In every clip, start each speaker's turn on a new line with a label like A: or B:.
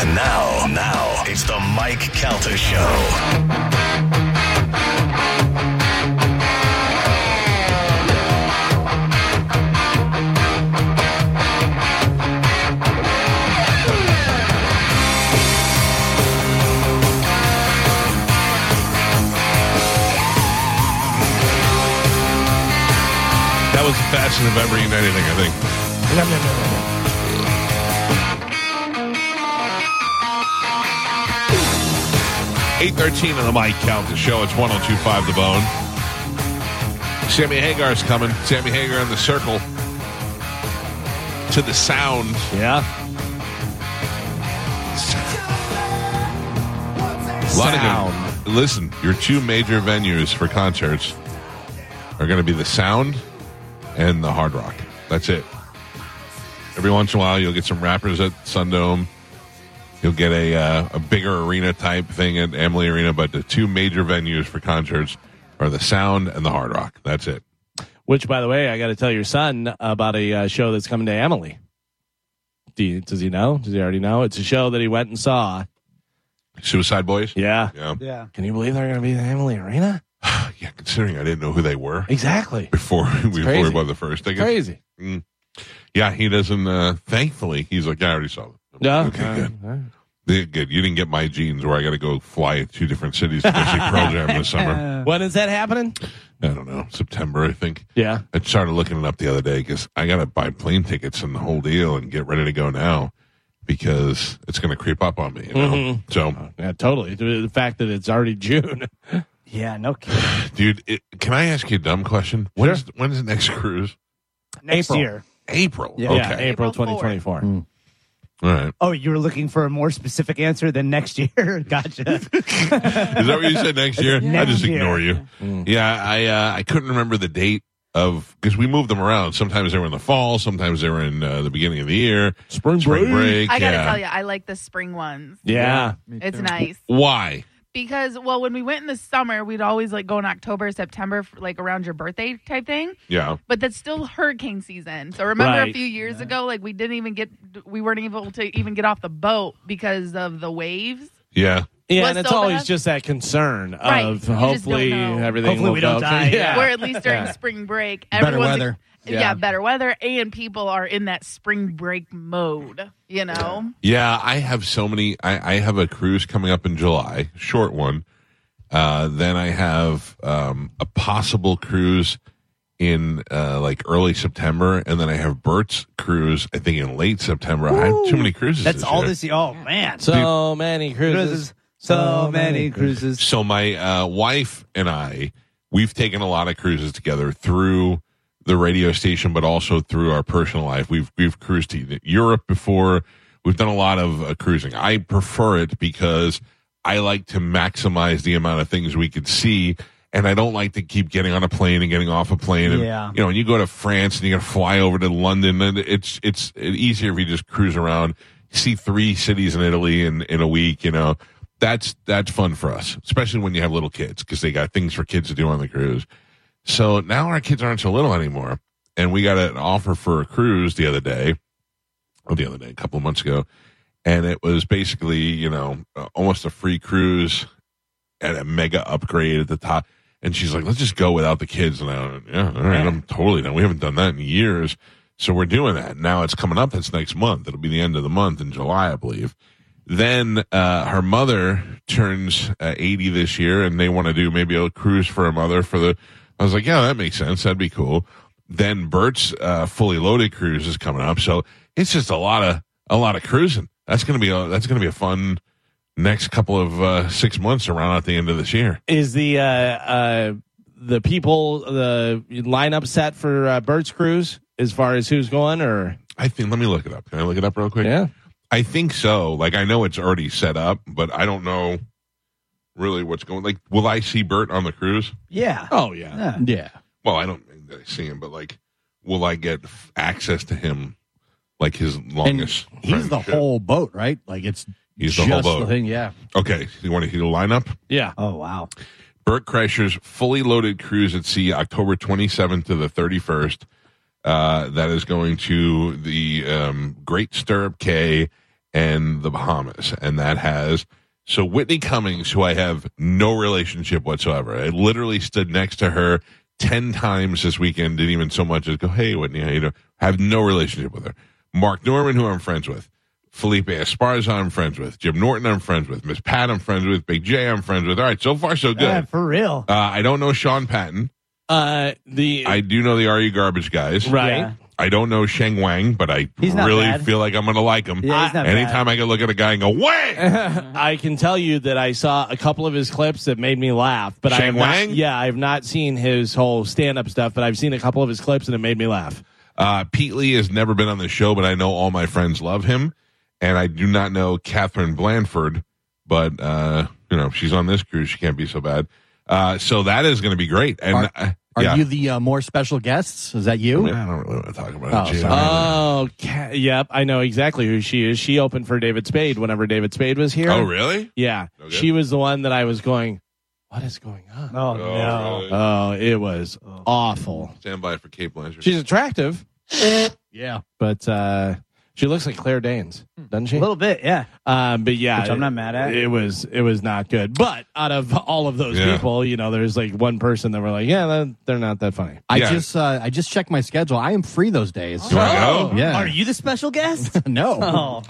A: And now, now, it's the Mike Calter Show.
B: That was the fastest I've ever eaten anything, I think. Eight thirteen on the mic count the show. It's one oh two five the bone. Sammy Hagar's coming. Sammy Hagar on the circle. To the sound.
C: Yeah.
B: A lot of good-
C: Sound.
B: listen, your two major venues for concerts are going to be the Sound and the Hard Rock. That's it. Every once in a while, you'll get some rappers at Sundome. You'll get a uh, a bigger arena type thing at Emily Arena, but the two major venues for concerts are the Sound and the Hard Rock. That's it.
C: Which, by the way, I got to tell your son about a uh, show that's coming to Emily. Do you, does he know? Does he already know? It's a show that he went and saw.
B: Suicide Boys.
C: Yeah.
B: Yeah.
D: Yeah.
C: Can you believe they're going to be in the Emily Arena?
B: Yeah, Considering I didn't know who they were
C: Exactly.
B: before before we
C: crazy.
B: bought the first tickets.
C: Crazy.
B: Yeah, he doesn't. Uh, thankfully, he's like, yeah, I already saw them.
C: Yeah.
B: Okay,
C: All
B: good.
C: right, all right.
B: Yeah, good. You didn't get my jeans where I got to go fly to two different cities to go see Pearl Jam this summer.
C: When is that happening?
B: I don't know. September, I think.
C: Yeah.
B: I started looking it up the other day because I got to buy plane tickets and the whole deal and get ready to go now because it's going to creep up on me, you know?
C: Mm-hmm.
B: So,
C: Yeah, totally. The the fact that it's already June.
D: Yeah, no kidding.
B: dude, it, can I ask you a dumb question? When's, when's the next cruise?
D: Next
C: April.
D: year.
B: April.
D: Yeah.
C: Yeah,
B: okay.
C: April
D: April 4th.
C: 2024.
D: Hmm.
B: All right.
D: Oh, you were looking for a more specific answer than next year? Gotcha.
B: Is that what you said next year? I
D: Next
B: just
D: year.
B: ignore you.
C: Mm.
B: Yeah, I uh, I couldn't remember the date of because we moved them around. Sometimes they were in the fall, sometimes they were in uh, the beginning of the year.
C: Spring
B: Spring break.
E: I gotta
B: yeah.
E: tell you, I like the spring ones.
C: Yeah.
E: It's nice
B: Why?
E: because well, when we went in the summer, we'd always like go in October, September, f- like around your birthday type thing.
B: Yeah.
E: But that's still hurricane season. So remember
C: Right.
E: a few years ago, like we didn't even get, we weren't able to even get off the boat because of the waves.
B: Yeah.
C: Yeah,
E: What's
C: and it's
E: so
C: always
E: bad?
C: just that concern
E: Right. You
C: of
E: just don't
C: hopefully
E: know.
C: everything
D: Hopefully
C: will
D: we don't
C: go-
D: die.
C: Yeah.
E: Where at least during
C: Yeah.
E: spring break,
F: Better
E: everyone's
F: weather.
E: Yeah.
F: Yeah.
E: better weather, and people are in that spring break mode. You know,
B: Yeah. I have so many. I, I have a cruise coming up in July, short one. Uh, then I have um, a possible cruise in uh, like early September, and then I have Bert's cruise. I think in late September. I have too many cruises.
D: That's all
B: year.
D: this. Oh, man. Oh,
C: So many cruises.
D: cruises. So many cruises.
B: So my uh, wife and I, we've taken a lot of cruises together through the radio station, but also through our personal life. We've we've cruised to Europe before. We've done a lot of uh, cruising. I prefer it because I like to maximize the amount of things we could see, and I don't like to keep getting on a plane and getting off a plane. And,
D: Yeah.
B: you know, and you go to France and you got to fly over to London, and it's it's easier if you just cruise around, see three cities in Italy in in a week. You know, that's that's fun for us, especially when you have little kids because they got things for kids to do on the cruise. So now our kids aren't so little anymore, and we got an offer for a cruise the other day, or the other day, a couple of months ago, and it was basically you know uh, almost a free cruise and a mega upgrade at the top. And she's like, let's just go without the kids. And I went, yeah, all right, I'm totally done. We haven't done that in years. So we're doing that. Now it's coming up. It's next month. It'll be the end of the month in July, I believe. Then uh, her mother turns uh, 80 this year and they want to do maybe a cruise for her mother for the. I was like, yeah, that makes sense. That'd be cool. Then Bert's uh, fully loaded cruise is coming up. So it's just a lot of, a lot of cruising. That's going to be a, that's going to be a fun next couple of uh, six months around at the end of this year.
C: Is the uh, uh, the people the lineup set for uh, Bert's cruise as far as who's going or
B: I think. Let me look it up. Can I look it up real quick?
C: yeah?
B: I think so. Like I know it's already set up, but I don't know really what's going. Like, will I see Bert on the cruise?
D: Yeah.
C: Oh yeah.
D: Yeah.
C: Yeah.
B: Well, I don't think that I see him, but like, will I get f- access to him? Like his
F: And
B: longest.
F: he's the
B: friendship?
F: whole boat, right? Like it's
B: He's the
F: just
B: whole boat.
F: thing. Yeah,
B: Okay, you want to hear the lineup?
C: Yeah.
D: Oh, wow.
B: Burt Kreischer's fully loaded cruise at sea, October 27th to the 31st. Uh, that is going to the um, Great Stirrup Cay and the Bahamas. And that has so Whitney Cummings, who I have no relationship whatsoever. I literally stood next to her ten times this weekend, didn't even so much as go, Hey Whitney, how you know have no relationship with her. Mark Norman, who I'm friends with, Felipe Esparza, I'm friends with, Jim Norton, I'm friends with, Miss Pat, I'm friends with, Big J, I'm friends with. All right, so far so good.
D: Yeah, for real.
B: Uh, I don't know Sean Patton.
C: Uh, the
B: I do know the RU Garbage guys.
C: right.
D: Yeah.
B: I don't know Sheng Wang, but I
D: He's not
B: really
D: bad.
B: feel like I'm going to like him.
D: Yeah, he's not Uh-huh.
B: Anytime I can look at a guy and go, Wang!
C: I can tell you that I saw a couple of his clips that made me laugh, but I
B: Shang
C: have not-
B: Wang?
C: yeah, I've not seen his whole stand-up stuff, but I've seen a couple of his clips and it made me laugh.
B: Uh, Pete Lee has never been on the show, but I know all my friends love him. And I do not know Catherine Blanford, but, uh, you know, she's on this cruise. She can't be so bad. Uh, so that is going to be great. And
F: Are-
B: I-
F: Are
B: yeah.
F: you the uh, more special guests? Is that you?
B: I mean, I don't really want to talk about
F: Oh,
B: it. Gee,
F: sorry.
B: I mean-
C: Oh, ca- yep, I know exactly who she is. She opened for David Spade whenever David Spade was here.
B: oh, really?
C: Yeah,
B: Okay.
C: she was the one that I was going, "What is going on?"
D: Oh,
B: Oh,
D: no.
B: really?
C: Oh, it was awful.
B: Stand by for Kate Blanchard.
C: She's attractive,
F: Yeah.
C: but uh, she looks like Claire Danes, doesn't she?
D: A little bit, yeah.
C: Um, but yeah,
D: Which I'm not mad at.
C: It was it was not good. But out of all of those
B: Yeah.
C: people, you know, there's like one person that we're like, yeah, they're- they're not that funny.
F: I
B: Yeah.
F: just uh, I just checked my schedule. I am free those days.
B: Do you wanna
A: Oh.
B: go?
F: Yeah.
D: Are you the special guest?
F: no.
D: oh,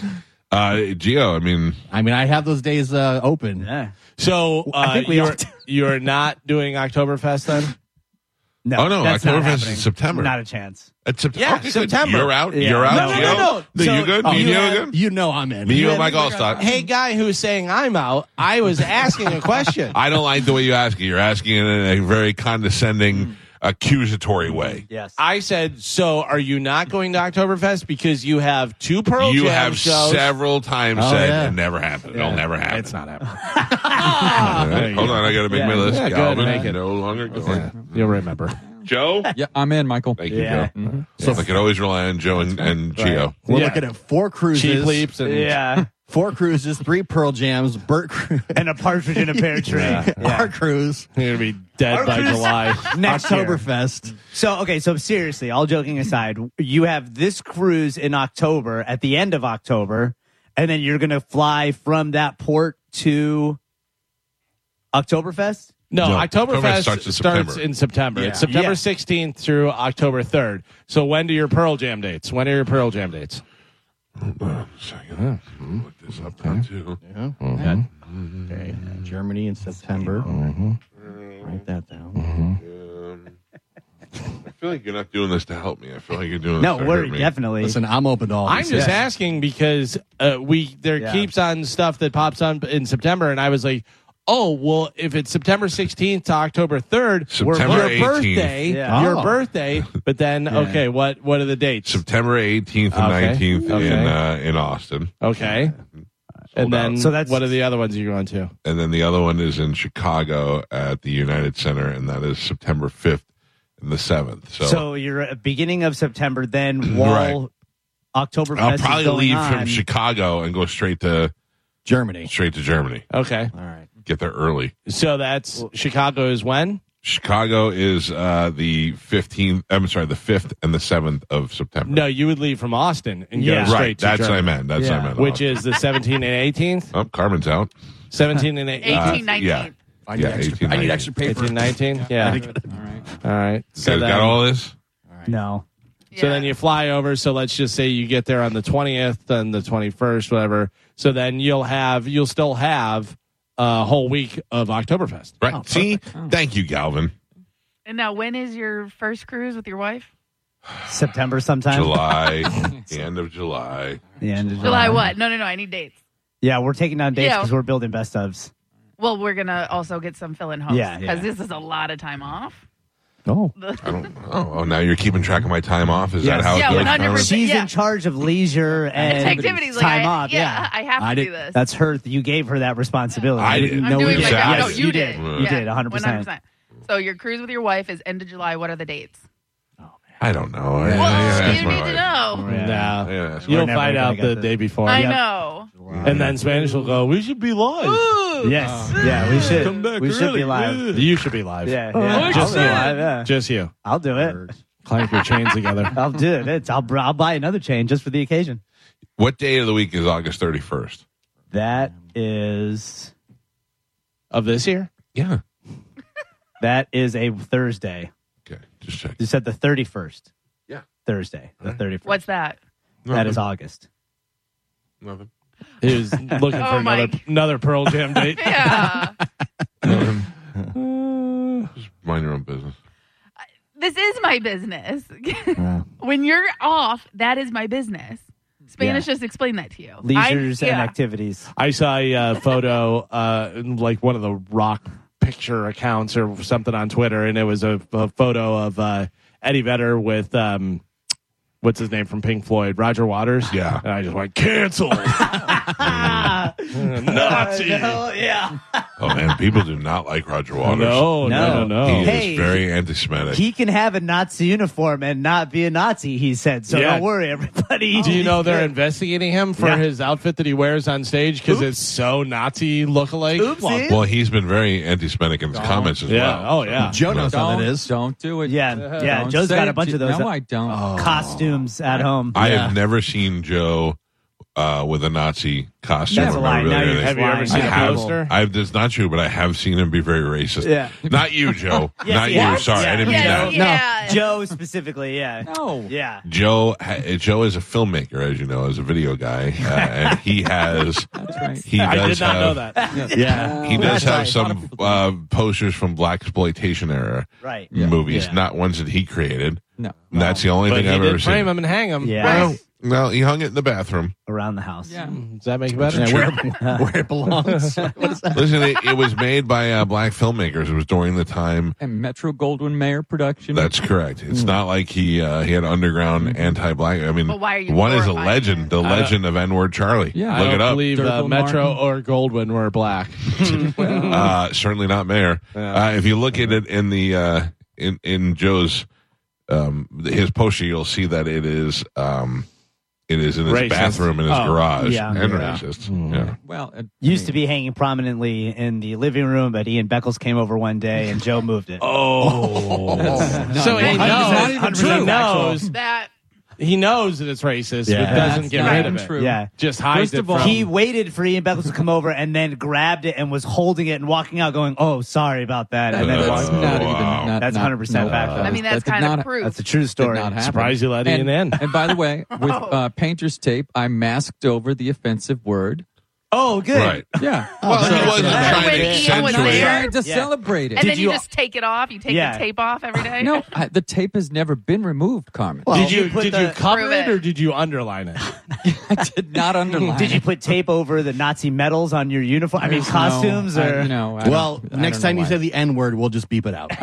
B: Uh, Gio, I mean,
F: I mean, I have those days uh, open.
D: yeah.
C: So uh,
D: I think we
C: you're
D: ought to-
C: you're not doing Oktoberfest then?
D: No,
B: Oh, no,
D: that's
B: Oktoberfest
D: not
B: is
D: happening.
B: September.
D: Not a chance.
B: it's September.
C: Yeah,
B: Okay, good.
C: Uh, September.
B: You're out.
D: Yeah.
B: You're out.
C: No,
B: Gio?
C: no, no, no.
B: you
C: So-
B: good?
C: Oh,
B: Me and
C: you
B: you
C: have-
B: good?
F: You know I'm in.
B: Me, you,
C: Yeah,
B: and Mike
E: Mike
B: Allstott.
E: Allstott.
C: Hey, guy who's saying I'm out, I was asking a question.
B: I don't like the way you ask it. You're asking it in a very
C: Mm.
B: condescending, accusatory way.
D: Yes.
C: I said, so are you not going to Oktoberfest because you have two Pearl
B: You
C: Jam
B: have
C: shows?
B: several times
F: Oh,
B: said
F: yeah.
B: it never happened. It'll never happen.
C: It's not happening.
B: All right, Hold on, I got to make my list.
C: Yeah, go ahead,
B: Galvin,
C: make it.
B: no longer going.
C: You'll remember.
B: Joe,
G: Yeah, I'm in, Michael. Mm-hmm.
B: thank you,
D: Yeah.
B: Joe. So I could always rely on Joe and, and Gio.
F: We're
C: Yeah.
F: looking at four cruises,
C: Cheap leaps and
D: yeah.
F: four cruises, three Pearl Jams, Burt Cru-
D: and a partridge in a pear tree.
F: our cruise,
C: you're gonna be dead by July.
D: Next year.
F: Oktoberfest.
D: So okay, so seriously, all joking aside, you have this cruise in October at the end of October, and then you're gonna fly from that port to Oktoberfest.
C: No,
B: No,
C: Oktoberfest
B: Oktoberfest
C: starts,
B: starts
C: in
B: in
C: September.
B: September.
C: It's September
D: Yeah.
C: 16th through October 3rd. So when do your Pearl Jam dates? When are your Pearl Jam dates?
B: Second. Look this up now, too.
F: Okay. Germany in September. Write that down.
B: Um, I feel like you're not doing this to help me. I feel like you're doing
D: No,
B: this to
D: we're
B: hurt me.
D: definitely.
F: Listen, I'm open to all.
C: I'm
F: these
C: just
F: things.
C: asking because uh, we there
D: Yeah.
C: keeps on stuff that pops on in September, and I was like, oh well, if it's September 16th to October 3rd,
B: September
C: your
B: 18th.
C: birthday,
D: Yeah.
C: your
F: Oh.
C: birthday. But then okay, what what are the dates?
B: September 18th
C: Okay.
B: and 19th in
C: Okay.
B: uh, in Austin.
C: Okay, and then
B: out.
D: So that's-
C: what are the other ones you're going to?
B: and then the other one is in Chicago at the United Center, and that is September fifth and the seventh. So,
D: so you're at beginning of September, then while Oktoberfest
B: I'll
D: is
B: probably
D: going
B: leave
D: on,
B: from Chicago and go straight to
F: Germany.
B: straight to Germany.
C: Okay,
F: All right.
B: Get there early.
C: so that's Chicago is when.
B: Chicago is uh, the fifteenth. I'm sorry, the fifth and the seventh of September.
C: No, you would leave from Austin and go
D: Yeah.
C: straight
B: right.
C: to
B: That's what I
C: Germany,
B: meant. That's what I
D: Yeah.
B: meant.
C: which is the 17th and 18th,
B: oh, Carmen's out.
C: 17 and 18th,
E: 18,
B: Uh,
E: 19.
B: yeah.
F: I need
B: Yeah,
F: extra.
B: 18,
F: I need
B: 19.
F: extra paper.
C: 18, 19. Yeah.
G: All right.
C: All right.
B: You guys got all this?
D: No,
C: So then
E: Yeah.
C: you fly over. So let's just say you get there on the 20th and the 21st, whatever. So then you'll have, you'll still have a whole week of Oktoberfest. Oh,
B: Right. See, thank you, Galvin.
E: And now, when is your first cruise with your wife?
D: September sometime.
B: July, the end of July.
D: The end of
E: July what? No, no, no. I need dates.
D: Yeah, we're taking down dates
E: Yeah.
D: because we're building best ofs.
E: Well, we're gonna also get some fill in hosts
D: Yeah, yeah.
E: because this is a lot of time off.
F: Oh.
B: I don't. Oh, oh, now you're keeping track of my time off. Is that
D: Yes.
B: how
E: Yeah,
B: it goes?
E: 100%.
B: Carmen?
D: She's
E: Yeah.
D: in charge of leisure and
E: activities like
D: time
E: I,
D: off. Yeah.
E: I have to
F: I
E: do
F: didn't-
E: this.
D: That's her. You gave her that responsibility.
B: I didn't.
E: I'm
B: No,
E: doing
B: we
E: my
B: did.
E: job. No,
B: Yes,
E: you,
D: you
E: did.
D: did. You did, 100%.
E: 100%. So your cruise with your wife is end of July. What are the dates?
B: I don't know. I- I-
E: Well,
B: I gotta ask
E: you
B: my
E: need
B: wife.
E: to know.
C: Now
B: I gotta ask my
C: you'll
D: never
C: find
D: gonna
C: out
D: get
C: the
D: this.
C: day before.
E: I know.
C: And then Spanish will go, we should be live.
D: Yes. Yeah, we should.
C: Come back
D: we should be
C: early.
D: live.
C: You should be live.
D: Yeah. yeah.
E: Like Oh,
D: I'll
E: I
D: be
E: said.
D: live. Yeah.
C: Just you.
D: I'll do it.
C: Clank your chains together.
D: I'll do it. It's, I'll, br- I'll buy another chain just for the occasion.
B: What day of the week is August 31st?
D: That is
C: of this year.
B: Yeah.
D: that is a Thursday.
B: Okay. Just check.
D: You said the thirty first.
B: Yeah.
D: Thursday, the
B: Alright.
D: thirty first.
E: What's that?
D: That is August.
B: Nothing.
C: He was looking for
E: Oh,
C: another
E: Mike.
C: another Pearl Jam date.
E: Yeah.
B: Nothing.
C: Uh,
B: Just mind your own business.
E: this is my business.
F: Yeah.
E: when you're off, that is my business. Spanish just explained that to you. I'm-
D: Leisures and
E: yeah.
D: activities.
C: I saw a uh, photo, uh, in, like one of the rock picture accounts or something on Twitter, and it was a, a photo of uh, Eddie Vedder with um, what's his name from Pink Floyd, Roger Waters.
B: Yeah.
C: and I just went cancel. Nazi. No,
D: yeah.
B: Oh, man. People do not like Roger Waters.
C: no, no, no.
D: No.
B: He
D: Hey.
B: is very anti Semitic.
D: He can have a Nazi uniform and not be a Nazi, he said. So
C: Yeah.
D: don't worry, everybody.
C: Do you know they're investigating him for
D: Yeah.
C: his outfit that he wears on stage because it's so Nazi lookalike?
D: Oopsie.
B: well, he's been very anti Semitic in his comments as
C: Yeah.
B: well.
C: Oh, yeah.
G: Joe knows how that
F: Don't-
G: is. Don't do it.
D: Yeah, yeah,
G: Uh-huh. Don't
D: Joe's
G: say
D: got a
G: it
D: bunch
G: to-
D: of those. uh,
G: No, I don't.
D: costumes at home.
B: I
D: Oh, Yeah.
B: have never seen Joe uh, with a Nazi costume.
D: That's
B: or
D: a lie.
B: really
D: Now you're
B: anything.
D: just
C: Have you ever
D: lying.
C: seen
B: I
C: a
B: have.
C: poster?
B: I that's not true, but I have seen him be very racist.
D: Yeah.
B: Not you, Joe.
D: Yes,
B: not
D: he
B: you.
D: has.
B: Sorry, I didn't mean
E: Yes,
B: that.
E: he Yeah.
D: Joe specifically, yeah.
G: No.
D: Yeah.
B: Joe ha- Joe is a filmmaker, as you know, as a video guy, uh, and he has
G: That's right.
B: he does
C: I did not
B: have,
C: know that. Oh,
F: yeah.
B: He does
D: That's
B: have
D: right.
B: some uh, posters from black exploitation era
D: Right.
B: movies,
D: Yeah.
B: not ones that he created.
G: No.
B: And That's the only
C: But he
B: thing I've
C: did
B: ever
C: frame
B: seen.
C: him and hang him.
D: Yeah.
B: Well, no, he hung it in the bathroom.
D: Around the house.
G: Yeah.
C: Does that make it better?
F: Yeah, where, where it belongs.
B: Listen, it, it was made by uh, black filmmakers. It was during the time.
G: And Mm. Metro Goldwyn Mayer production.
B: That's correct. It's not like he uh, he had underground
G: Mm-hmm.
B: anti-black. I mean,
E: But why are you
B: one is a
E: glorifying
B: legend,
E: it?
B: the legend of N-word Charlie.
G: Yeah.
B: look
C: I
B: it
C: don't
B: up.
C: believe uh,
G: Durgle
C: Metro or Goldwyn were black.
B: uh, certainly not mayor.
C: Yeah.
B: Uh, if you look at it in the uh, in in Joe's um, his poster, you'll see that it is um, it is in his
C: Racist.
B: bathroom in his
C: Oh,
B: garage
D: yeah.
B: and
D: Yeah.
B: racist.
F: Mm.
B: Yeah.
G: well, uh, it,
D: Used to be hanging prominently in the living room, but Ian Beckles came over one day and Joe moved it.
C: Oh, so he
E: That's not
C: knows.
E: even
C: He
D: true.
C: knows.
E: That
C: He knows that it's racist,
F: Yeah.
C: but doesn't
G: That's
C: get
G: not
C: rid of
G: even
C: it.
G: true.
D: Yeah.
C: Just hides
G: First of
C: it from.
G: all-
D: He waited for Ian Beckles to come over and then grabbed it and was holding it and walking out going, Oh, sorry about that. And then
B: Uh,
G: that's
D: walked.
G: not
B: wow.
G: even. Not,
D: That's
G: not-
D: 100%
G: no,
D: factual.
G: that
E: I mean,
G: is-
E: that's
G: that did
E: kind of
G: not-
E: proof.
D: That's a true
G: did
D: story.
G: not happen.
C: Surprised you let
G: and,
C: Ian in.
G: And by the way, with
E: Oh.
G: uh, painter's tape, I masked over the offensive word.
D: Oh, good.
B: Right.
G: Yeah.
E: Oh.
B: Well, he wasn't
E: That's
B: trying to
E: when Ian was
B: accentuate.
E: there.
G: trying to
D: Yeah.
G: celebrate it.
E: and then you,
D: you-
E: just take it off. You take
D: Yeah.
E: the tape off every day.
G: no, I, the tape has never been removed, Carmen.
D: Well,
C: did you,
D: you put
C: did
D: the-
C: you cover
E: Prove
C: it.
E: it.
C: or did you underline it?
G: I did not underline.
D: Did you
G: it.
D: put tape over the Nazi medals on your uniform? I mean,
G: There's no-
D: costumes
G: I-
D: or
G: no, I
F: well,
G: don't- I
F: next
G: don't know
F: time you
G: why.
F: say the N word, we'll just beep it out.
G: Okay.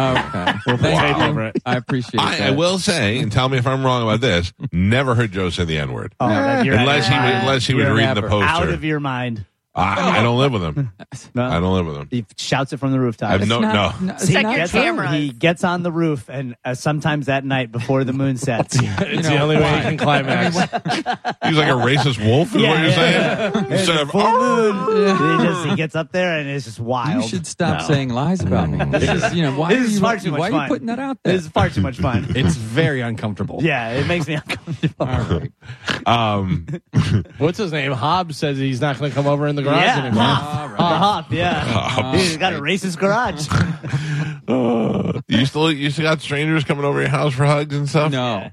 G: Well, thank
C: Wow.
G: you. I appreciate
B: I, I
G: that.
B: will say, and tell me if I'm wrong about this. Never heard Joe say the N-word
D: Oh, that you're
B: unless he was, unless he was
G: You're an
B: reading the
G: aberrant.
B: poster.
D: out of your mind.
B: I, I don't live with him.
D: No.
B: I don't live with him.
D: He shouts it from the rooftop.
B: I've no,
G: Not-
B: no.
G: no, it's
E: Check
G: not
E: your
G: true.
E: camera.
D: He gets on the roof, and uh, sometimes that night before the moon sets. yeah,
C: It's
G: know,
C: the only way
G: why?
C: he can climax.
B: He's like a racist wolf. Is what you're saying? Instead of
D: full moon. he just he gets up there, and it's just wild.
G: You should stop saying lies about me. This is, you know, why
D: This
G: are
D: is
G: you,
D: far too much
G: why are
D: fun.
G: you putting that out there?
D: This is far too much fun.
F: It's very uncomfortable.
D: yeah, it makes me uncomfortable.
G: All right.
B: um,
C: What's his name? Hobbs says he's not going to come over in the garage
D: Yeah.
C: anymore.
G: All right.
D: The hop, yeah.
B: um,
D: He's got a racist garage.
B: Uh, you still you still got strangers coming over your house for hugs and stuff?
G: No.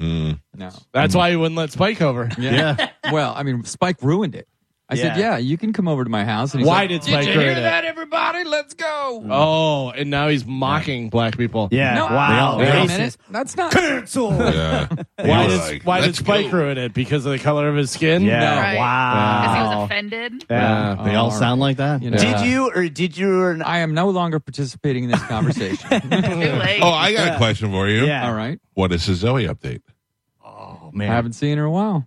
B: Mm.
G: No.
C: That's why he wouldn't let Spike over.
G: Yeah. Well, I mean, Spike ruined it. I said,
D: Yeah.
G: "Yeah, you can come over to my house." And he's
C: Why
G: like,
C: did Spike ruin it?
G: everybody? Let's go.
C: Oh, and now he's mocking black people.
D: Yeah,
G: No,
D: wow.
G: Wait a
D: Racist.
G: minute. That's not.
D: Cancel.
B: Yeah.
C: Why
B: He
C: did
B: was like,
C: why did
B: "Let's
C: Spike
B: go."
C: ruin it? Because of the color of his skin?
D: Yeah,
G: No.
E: Right. Because he
D: wow.
E: was offended.
F: Yeah,
G: Yeah.
F: they all
G: Oh,
F: sound like that.
G: You know, uh,
D: Did you or did you or not?
G: I am no longer participating in this conversation.
E: Too late.
B: Oh, I got a question for you.
D: Yeah.
G: All right.
B: What is the Zoe update?
F: Oh
G: I
F: man,
G: haven't seen her in a while.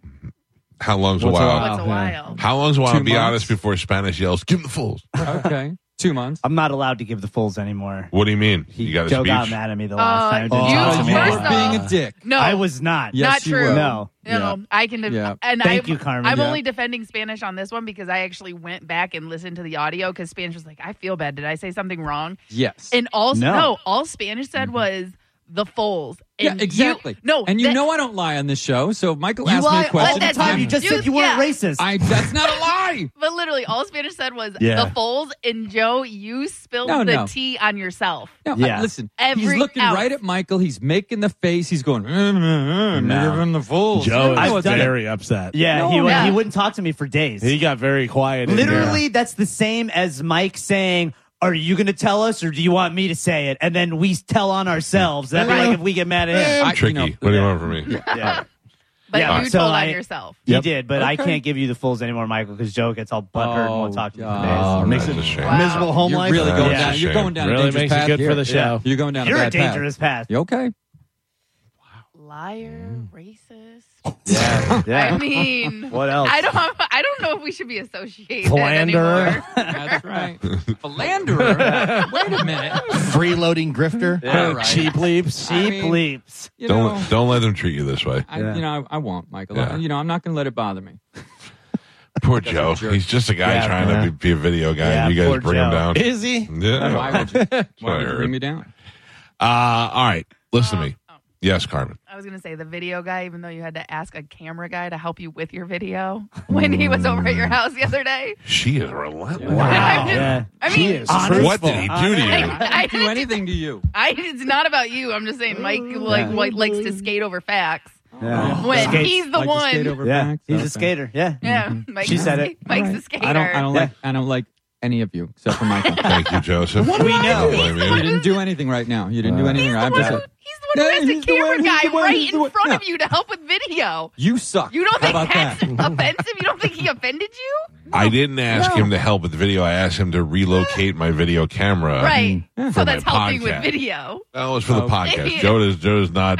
B: How long's a
C: What's a
B: while?
E: Once
C: Wow.
E: Oh, a while.
B: How long's a while?
G: Two
B: Be
G: months?
B: honest before Spanish yells, "Give him the fools."
G: Okay. Two months.
D: I'm not allowed to give the fools anymore.
B: What do you mean?
D: He
B: you got a
D: Joe got
B: speech?
D: mad at me the
E: Uh,
D: last time.
E: you-
D: Didn't talk to me.
E: first
G: you were
E: off-
G: being a dick.
E: No,
D: I was not.
G: Yes,
E: not
G: you
E: true.
G: were.
D: No.
E: No, no, I can. Def-
G: Yeah.
E: And
D: Thank
E: I'm,
D: you, Carmen.
E: I'm
D: Yeah.
E: only defending Spanish on this one because I actually went back and listened to the audio because Spanish was like, "I feel bad. Did I say something wrong?"
G: Yes.
E: And all
D: No.
E: no, all Spanish said was the foals.
G: Yeah,
E: And you-
G: exactly.
E: no,
G: and you
E: that-
G: know I don't lie on this show. So if Michael
D: You
G: asked me
D: lie
G: a question.
D: all the
E: But
D: time.
E: that-
D: You just
E: you-
D: said you weren't
E: yeah.
D: racist.
G: I, that's not a lie.
E: But literally, all Spanish said was
D: Yeah.
E: the foals and Joe. You spilled
G: No,
E: the
G: no.
E: tea on yourself.
G: No,
D: Yeah.
G: I- listen. he's
E: Every
G: looking
E: ounce.
G: right at Michael. He's making the face. He's going. Mm, mm, mm,
D: No.
G: give him the fools.
C: Joe
G: I
C: is
G: wasn't-
C: very upset.
D: yeah,
G: No,
D: he wa-
E: yeah.
D: he wouldn't talk to me for days.
C: He got very quiet. in
D: Literally,
C: here.
D: that's the same as Mike saying, "Are you going to tell us, or do you want me to say it?" And then we tell on ourselves. That'd be
E: Right.
D: like if we get mad at him.
G: I- you
B: Tricky.
G: know,
B: what do you want from me?
D: Yeah,
E: But
D: Yeah,
E: you
D: so
E: told
D: I-
E: on yourself.
D: he
C: Yep.
D: did, but I
G: Okay.
D: can't give you the fools anymore, Michael, because Joe gets all butthurt and won't
G: Oh,
D: talk to me for
G: God.
D: days.
B: Makes
F: it-
B: a shame.
E: Wow.
F: Miserable home
G: You're
F: life.
G: really going
B: Yeah.
G: down. You're going down. a
C: Really
G: dangerous
C: makes it
G: path
C: good for
G: here.
C: the show.
G: You're going down
D: You're
G: a
D: a
G: bad path.
D: dangerous path.
G: You okay?
E: Liar, racist. I
D: Yeah, yeah.
E: mean,
D: What else?
E: I don't. I don't know if we should be associated
C: Philanderer.
E: anymore.
G: That's right. Philanderer. Wait a minute.
F: Freeloading grifter.
G: All right.
C: cheap leaps.
G: I
D: Deep
G: mean,
D: leaps.
G: You
B: Don't
G: know,
B: don't let them treat you this way.
G: I,
D: Yeah.
G: you know, I, I won't, Michael.
B: Yeah.
G: You know, I'm not going to let it bother me.
B: Poor Joe.
G: jerk.
B: He's just a guy
D: Yeah,
B: trying
D: yeah.
B: to be, be a video guy.
D: Yeah,
B: and you
D: poor
B: guys bring him
D: Joe.
B: down.
C: Is he?
B: Yeah.
G: Why would you? Why would you
B: Tired.
G: bring me down?
B: Uh, all right. Listen to me.
E: Oh,
B: Yes, Carmen.
E: I was gonna say the video guy, even though you had to ask a camera guy to help you with your video
G: Mm.
E: when he was over at your house the other day.
B: She is relentless.
E: I'm just-
D: Yeah.
E: I mean,
C: He is
D: honest-
B: What did he do to you?
E: I-
G: I didn't do anything to you.
E: I, it's not about you. I'm just saying, Mike, like, like likes to skate over facts.
G: Oh,
D: Yeah.
E: When
D: Skates.
E: he's the
G: Like
E: one,
G: skate over Mm-hmm.
D: Yeah,
G: banks?
D: he's
G: Okay.
D: a skater. Yeah.
E: yeah, Mike's
D: She
E: the
D: said
E: sk-
D: it.
E: Mike's
G: All
E: the
G: right.
E: skater.
G: I don't. I don't like. I don't like any of you except for Michael.
B: Thank you, Joseph.
D: do We I know. do?
B: Blame you.
G: you didn't do anything right now. You
D: Uh,
G: didn't do anything.
E: He's
G: right.
E: the
G: I'm
E: one
G: just
E: who,
G: a,
E: he's the one
G: Yeah,
E: who has
G: he's
E: the
G: the
E: camera
G: one- he's
E: guy
G: the one- he's
E: right
G: the
E: in
G: one-
E: front
G: No.
E: of you to help with video.
G: you suck.
E: You don't
G: How
E: think
G: about
E: that's
G: that?
E: offensive? You don't think he offended you?
B: I didn't ask him to help with the video. I asked him to relocate my video camera.
E: right.
B: for
E: So
B: Uh, mm. my
E: that's helping
B: podcast.
E: with video.
B: That was for the
G: Oh.
B: podcast. Joe does, Joe does not,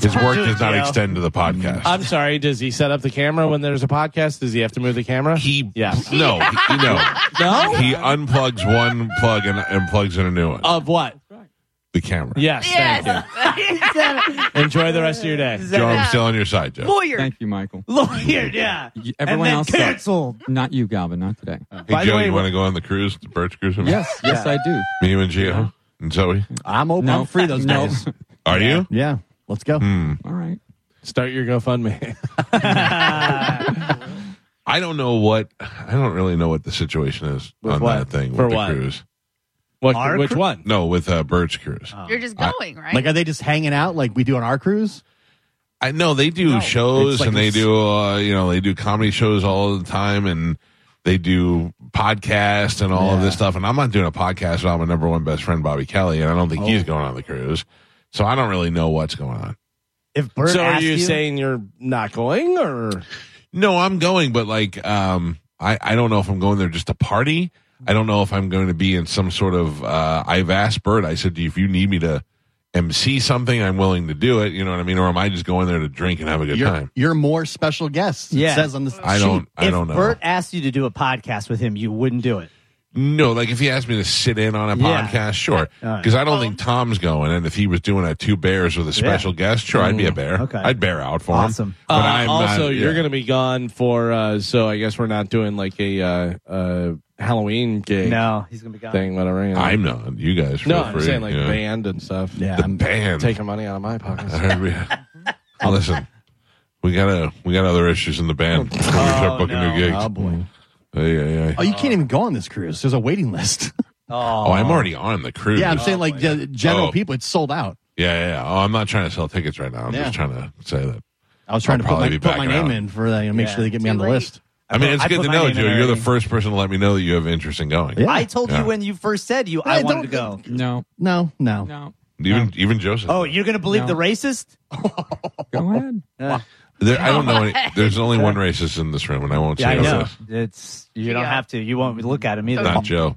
B: his work does not
D: Joe.
B: extend to the podcast.
C: I'm sorry. Does he set up the camera when there's a podcast? Does he have to move the camera?
B: he,
C: Yeah.
B: no, he, no.
C: no.
B: He unplugs one plug and, and plugs in a new one.
C: of what?
B: the camera.
C: Yes.
E: Yes.
C: Thank you. Enjoy the rest of your day.
B: Joe, I'm
E: Yeah.
B: still on your side, Joe.
E: Lawyer.
G: Thank you, Michael.
D: Lawyer. Yeah.
G: You- Everyone
D: and then
G: else, sucked.
D: canceled. Oh.
G: not you, Galvin, not today.
B: Hey,
D: By
B: Joe,
D: the way,
B: you want to go on the cruise, the Birch cruise? with me?
G: yes, yes, I do.
B: Me, you, and Gio, and Zoe.
F: I'm open.
G: No.
F: I'm free those
G: No.
F: days.
B: Are you?
F: Yeah. Let's go.
G: All right.
C: Start your GoFundMe.
B: I don't know what. I don't really know what the situation is
C: With
B: on
C: what?
B: that thing
C: For
B: with
C: what?
B: the cruise.
C: What,
D: Our
C: which
D: cru-
C: one?
B: No, with uh, Birch cruise.
F: Ah.
E: You're just
B: I-
E: going, right?
F: Like, are they just hanging out like we do on our cruise?
B: I know they do shows
F: It's like
B: and they
F: it's-
B: do uh, you know they do comedy shows all the time and they do podcasts and all of this stuff. And I'm not doing a podcast without my number one best friend Bobby Kelly, and I don't think
F: Oh.
B: he's going on the cruise. So I don't really know what's going on.
D: If Bert
C: So are
D: asked
C: you, saying you're not going or
B: No, I'm going, but like, um, I, I don't know if I'm going there just to party. I don't know if I'm going to be in some sort of. Uh, I've asked Bert. I said, if you need me to MC something, I'm willing to do it. You know what I mean? Or am I just going there to drink and have a good
F: You're,
B: time?
F: you're more special guests.
D: Yeah.
F: It says on this.
B: I don't. I
D: if
B: don't know.
D: Bert asked you to do a podcast with him, you wouldn't do it.
B: no, like if he asked me to sit in on a
D: Yeah. Uh,
B: podcast, sure,
D: right.
B: because I
C: Oh.
B: don't think Tom's going. And if he was doing a two bears with a special guest, sure, I'd be a bear.
D: Okay.
B: I'd bear out for
D: Awesome.
B: him. But
C: Uh,
B: I'm not-
C: also you're
B: yeah.
C: going to be gone for uh, so I guess we're not doing like a uh, uh, Halloween gig
D: No, he's gonna be gone.
C: thing whatever. you know.
B: I'm not. You guys.
C: no,
B: feel
C: I'm
B: free,
C: saying like
B: you know.
C: band and stuff.
F: Yeah.
B: The
F: I'm-
B: band.
C: taking money out of my pockets.
B: I heard we- Well, listen, we got a we got other issues in the
C: Oh,
B: band. Before we start booking
D: no.
B: new gigs. Mm.
F: oh boy.
B: Ay, ay, ay.
F: Oh, you can't even go on this cruise. There's a waiting list.
B: Oh, I'm already on the cruise.
F: yeah, I'm saying like the general
B: Oh.
F: people. It's sold out.
B: yeah, yeah, yeah. Oh, I'm not trying to sell tickets right now. I'm
F: Yeah.
B: just trying to say that.
F: I was trying
B: I'll
F: to put
B: probably
F: my,
B: be
F: put my
B: backing
F: name
B: out.
F: in for that. Make sure they get me
E: Too
F: on the
E: late.
F: list.
B: I, mean,
D: put-
B: it's
D: I
B: good
D: put
B: to
D: my
B: know,
D: name in
B: Joe. You're the
D: already.
B: first person to let me know that you have interest in going.
F: Yeah.
D: I told
B: Yeah.
D: you when you first said you
F: I
D: I wanted to
F: don't-
D: go.
G: No,
F: No, no.
G: no.
B: Even even Joseph.
D: Oh, you're gonna believe
G: No.
D: the racist? Oh.
G: Go ahead.
B: There- I don't know. Any, there's only one racist in this room, and I won't
D: Yeah,
B: say
D: I
B: who it
D: know.
B: is.
D: It's you don't
E: Yeah.
D: have to. You won't look at him either.
B: Not Joe.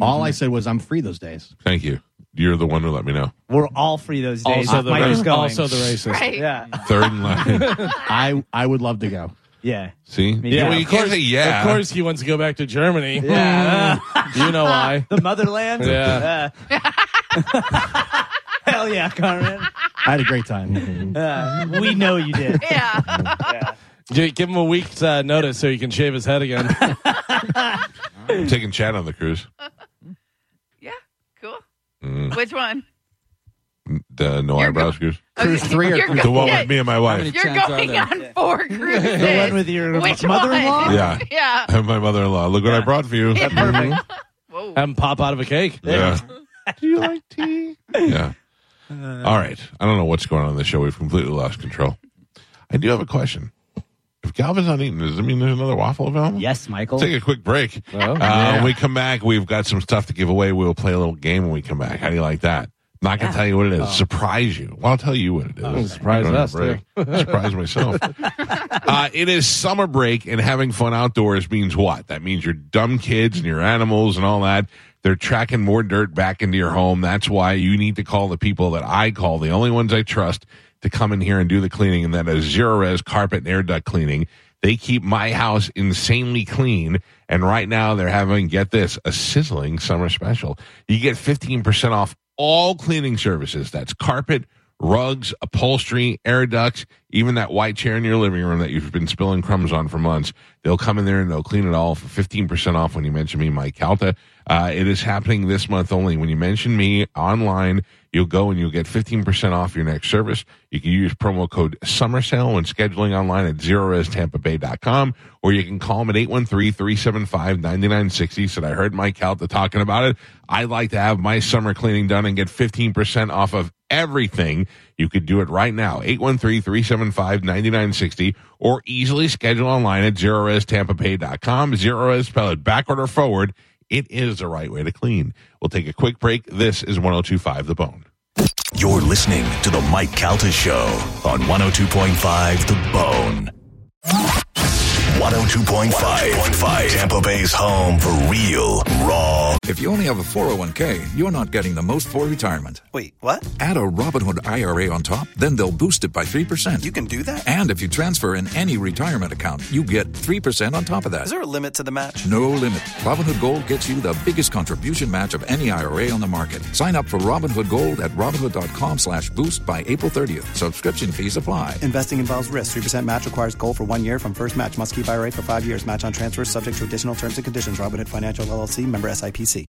F: All I said was I'm free those days.
B: Thank you. You're the one who let me know.
D: We're all free those days.
C: Also the,
D: Mike is
C: ra-
D: going.
C: also the racist.
E: right.
D: yeah,
B: Third in line.
F: I I would love to go.
D: yeah.
B: See?
D: Yeah,
B: well,
D: of
B: you can't say yeah.
C: Of course, he wants to go back to Germany.
D: Yeah.
C: you know why?
D: The motherland.
C: Yeah.
D: Uh, hell yeah, Carmen.
F: I had a great time.
D: Uh, we know you did.
E: Yeah.
C: Gi- Give him a week's uh, notice so he can shave his head again.
B: I'm taking Chad on the cruise.
E: yeah. Cool.
B: Mm.
E: Which one?
B: the no
E: You're
B: eyebrow
E: go-
B: screws?
F: Cruise three or
E: You're
F: cruise
B: The one
E: going-
B: with me and my
G: many-
B: wife.
E: You're
G: Chances are
E: going
G: there.
E: on four cruises.
D: The one with your
E: Which
D: mother-in-law?
E: one?
B: Yeah.
E: Yeah.
B: And my mother in law. Look what I brought for you. Mm-hmm.
C: Perfect.
E: Whoa.
C: Have him pop out of a cake.
B: Yeah.
C: Do you like tea?
B: Yeah. All right. I don't know what's going on in the show. We've completely lost control. I do have a question. If Galvin's not eating, does it mean there's another waffle available?
D: Yes, Michael.
B: Take a quick break. uh, When we come back, we've got some stuff to give away. We'll play a little game when we come back. How do you like that? Not going to tell you what it is. Surprise you. Well, I'll tell you what it is.
C: surprise
B: During the
C: us,
B: break. surprise myself. uh, it is summer break, and having fun outdoors means what? That means your dumb kids and your animals and all that. They're tracking more dirt back into your home. That's why you need to call the people that I call, the only ones I trust, to come in here and do the cleaning, and that is Zero Res Carpet and Air Duct Cleaning. They keep my house insanely clean. And right now they're having, get this, a sizzling summer special. You get 15% off all cleaning services. That's carpet, rugs, upholstery, air ducts, even that white chair in your living room that you've been spilling crumbs on for months. They'll come in there and they'll clean it all for 15% off when you mention me, Mike Calta. Uh, it is happening this month only. When you mention me online, you'll go and you'll get 15% off your next service. You can use promo code SUMMERSALE when scheduling online at zerorestampabay.com, or you can call them at 813-375-9960. Said, I heard Mike Calta talking about it. I'd like to have my summer cleaning done and get 15% off of everything. You could do it right now, 813-375-9960, or easily schedule online at zerorestampabay.com. Zero Res, spell it backward or forward. It is the right way to clean. We'll take a quick break. This is 1025 The Bone.
A: You're listening to The Mike Calta Show on 102.5 The Bone. 102.5 Tampa Bay's home for real, raw.
H: If you only have a 401k, you're not getting the most for retirement.
I: Wait, what?
H: Add a Robinhood IRA on top, then they'll boost it by 3%.
I: You can do that?
H: And if you transfer in any retirement account, you get 3% on top of that.
I: Is there a limit to the match?
H: No limit. Robinhood Gold gets you the biggest contribution match of any IRA on the market. Sign up for Robinhood Gold at Robinhood.com slash boost by April 30th. Subscription fees apply.
I: Investing involves risk. 3% match requires gold for one year from first match. Must keep IRA for five years. Match on transfers subject to additional terms and conditions. Robinhood Financial LLC member SIPC.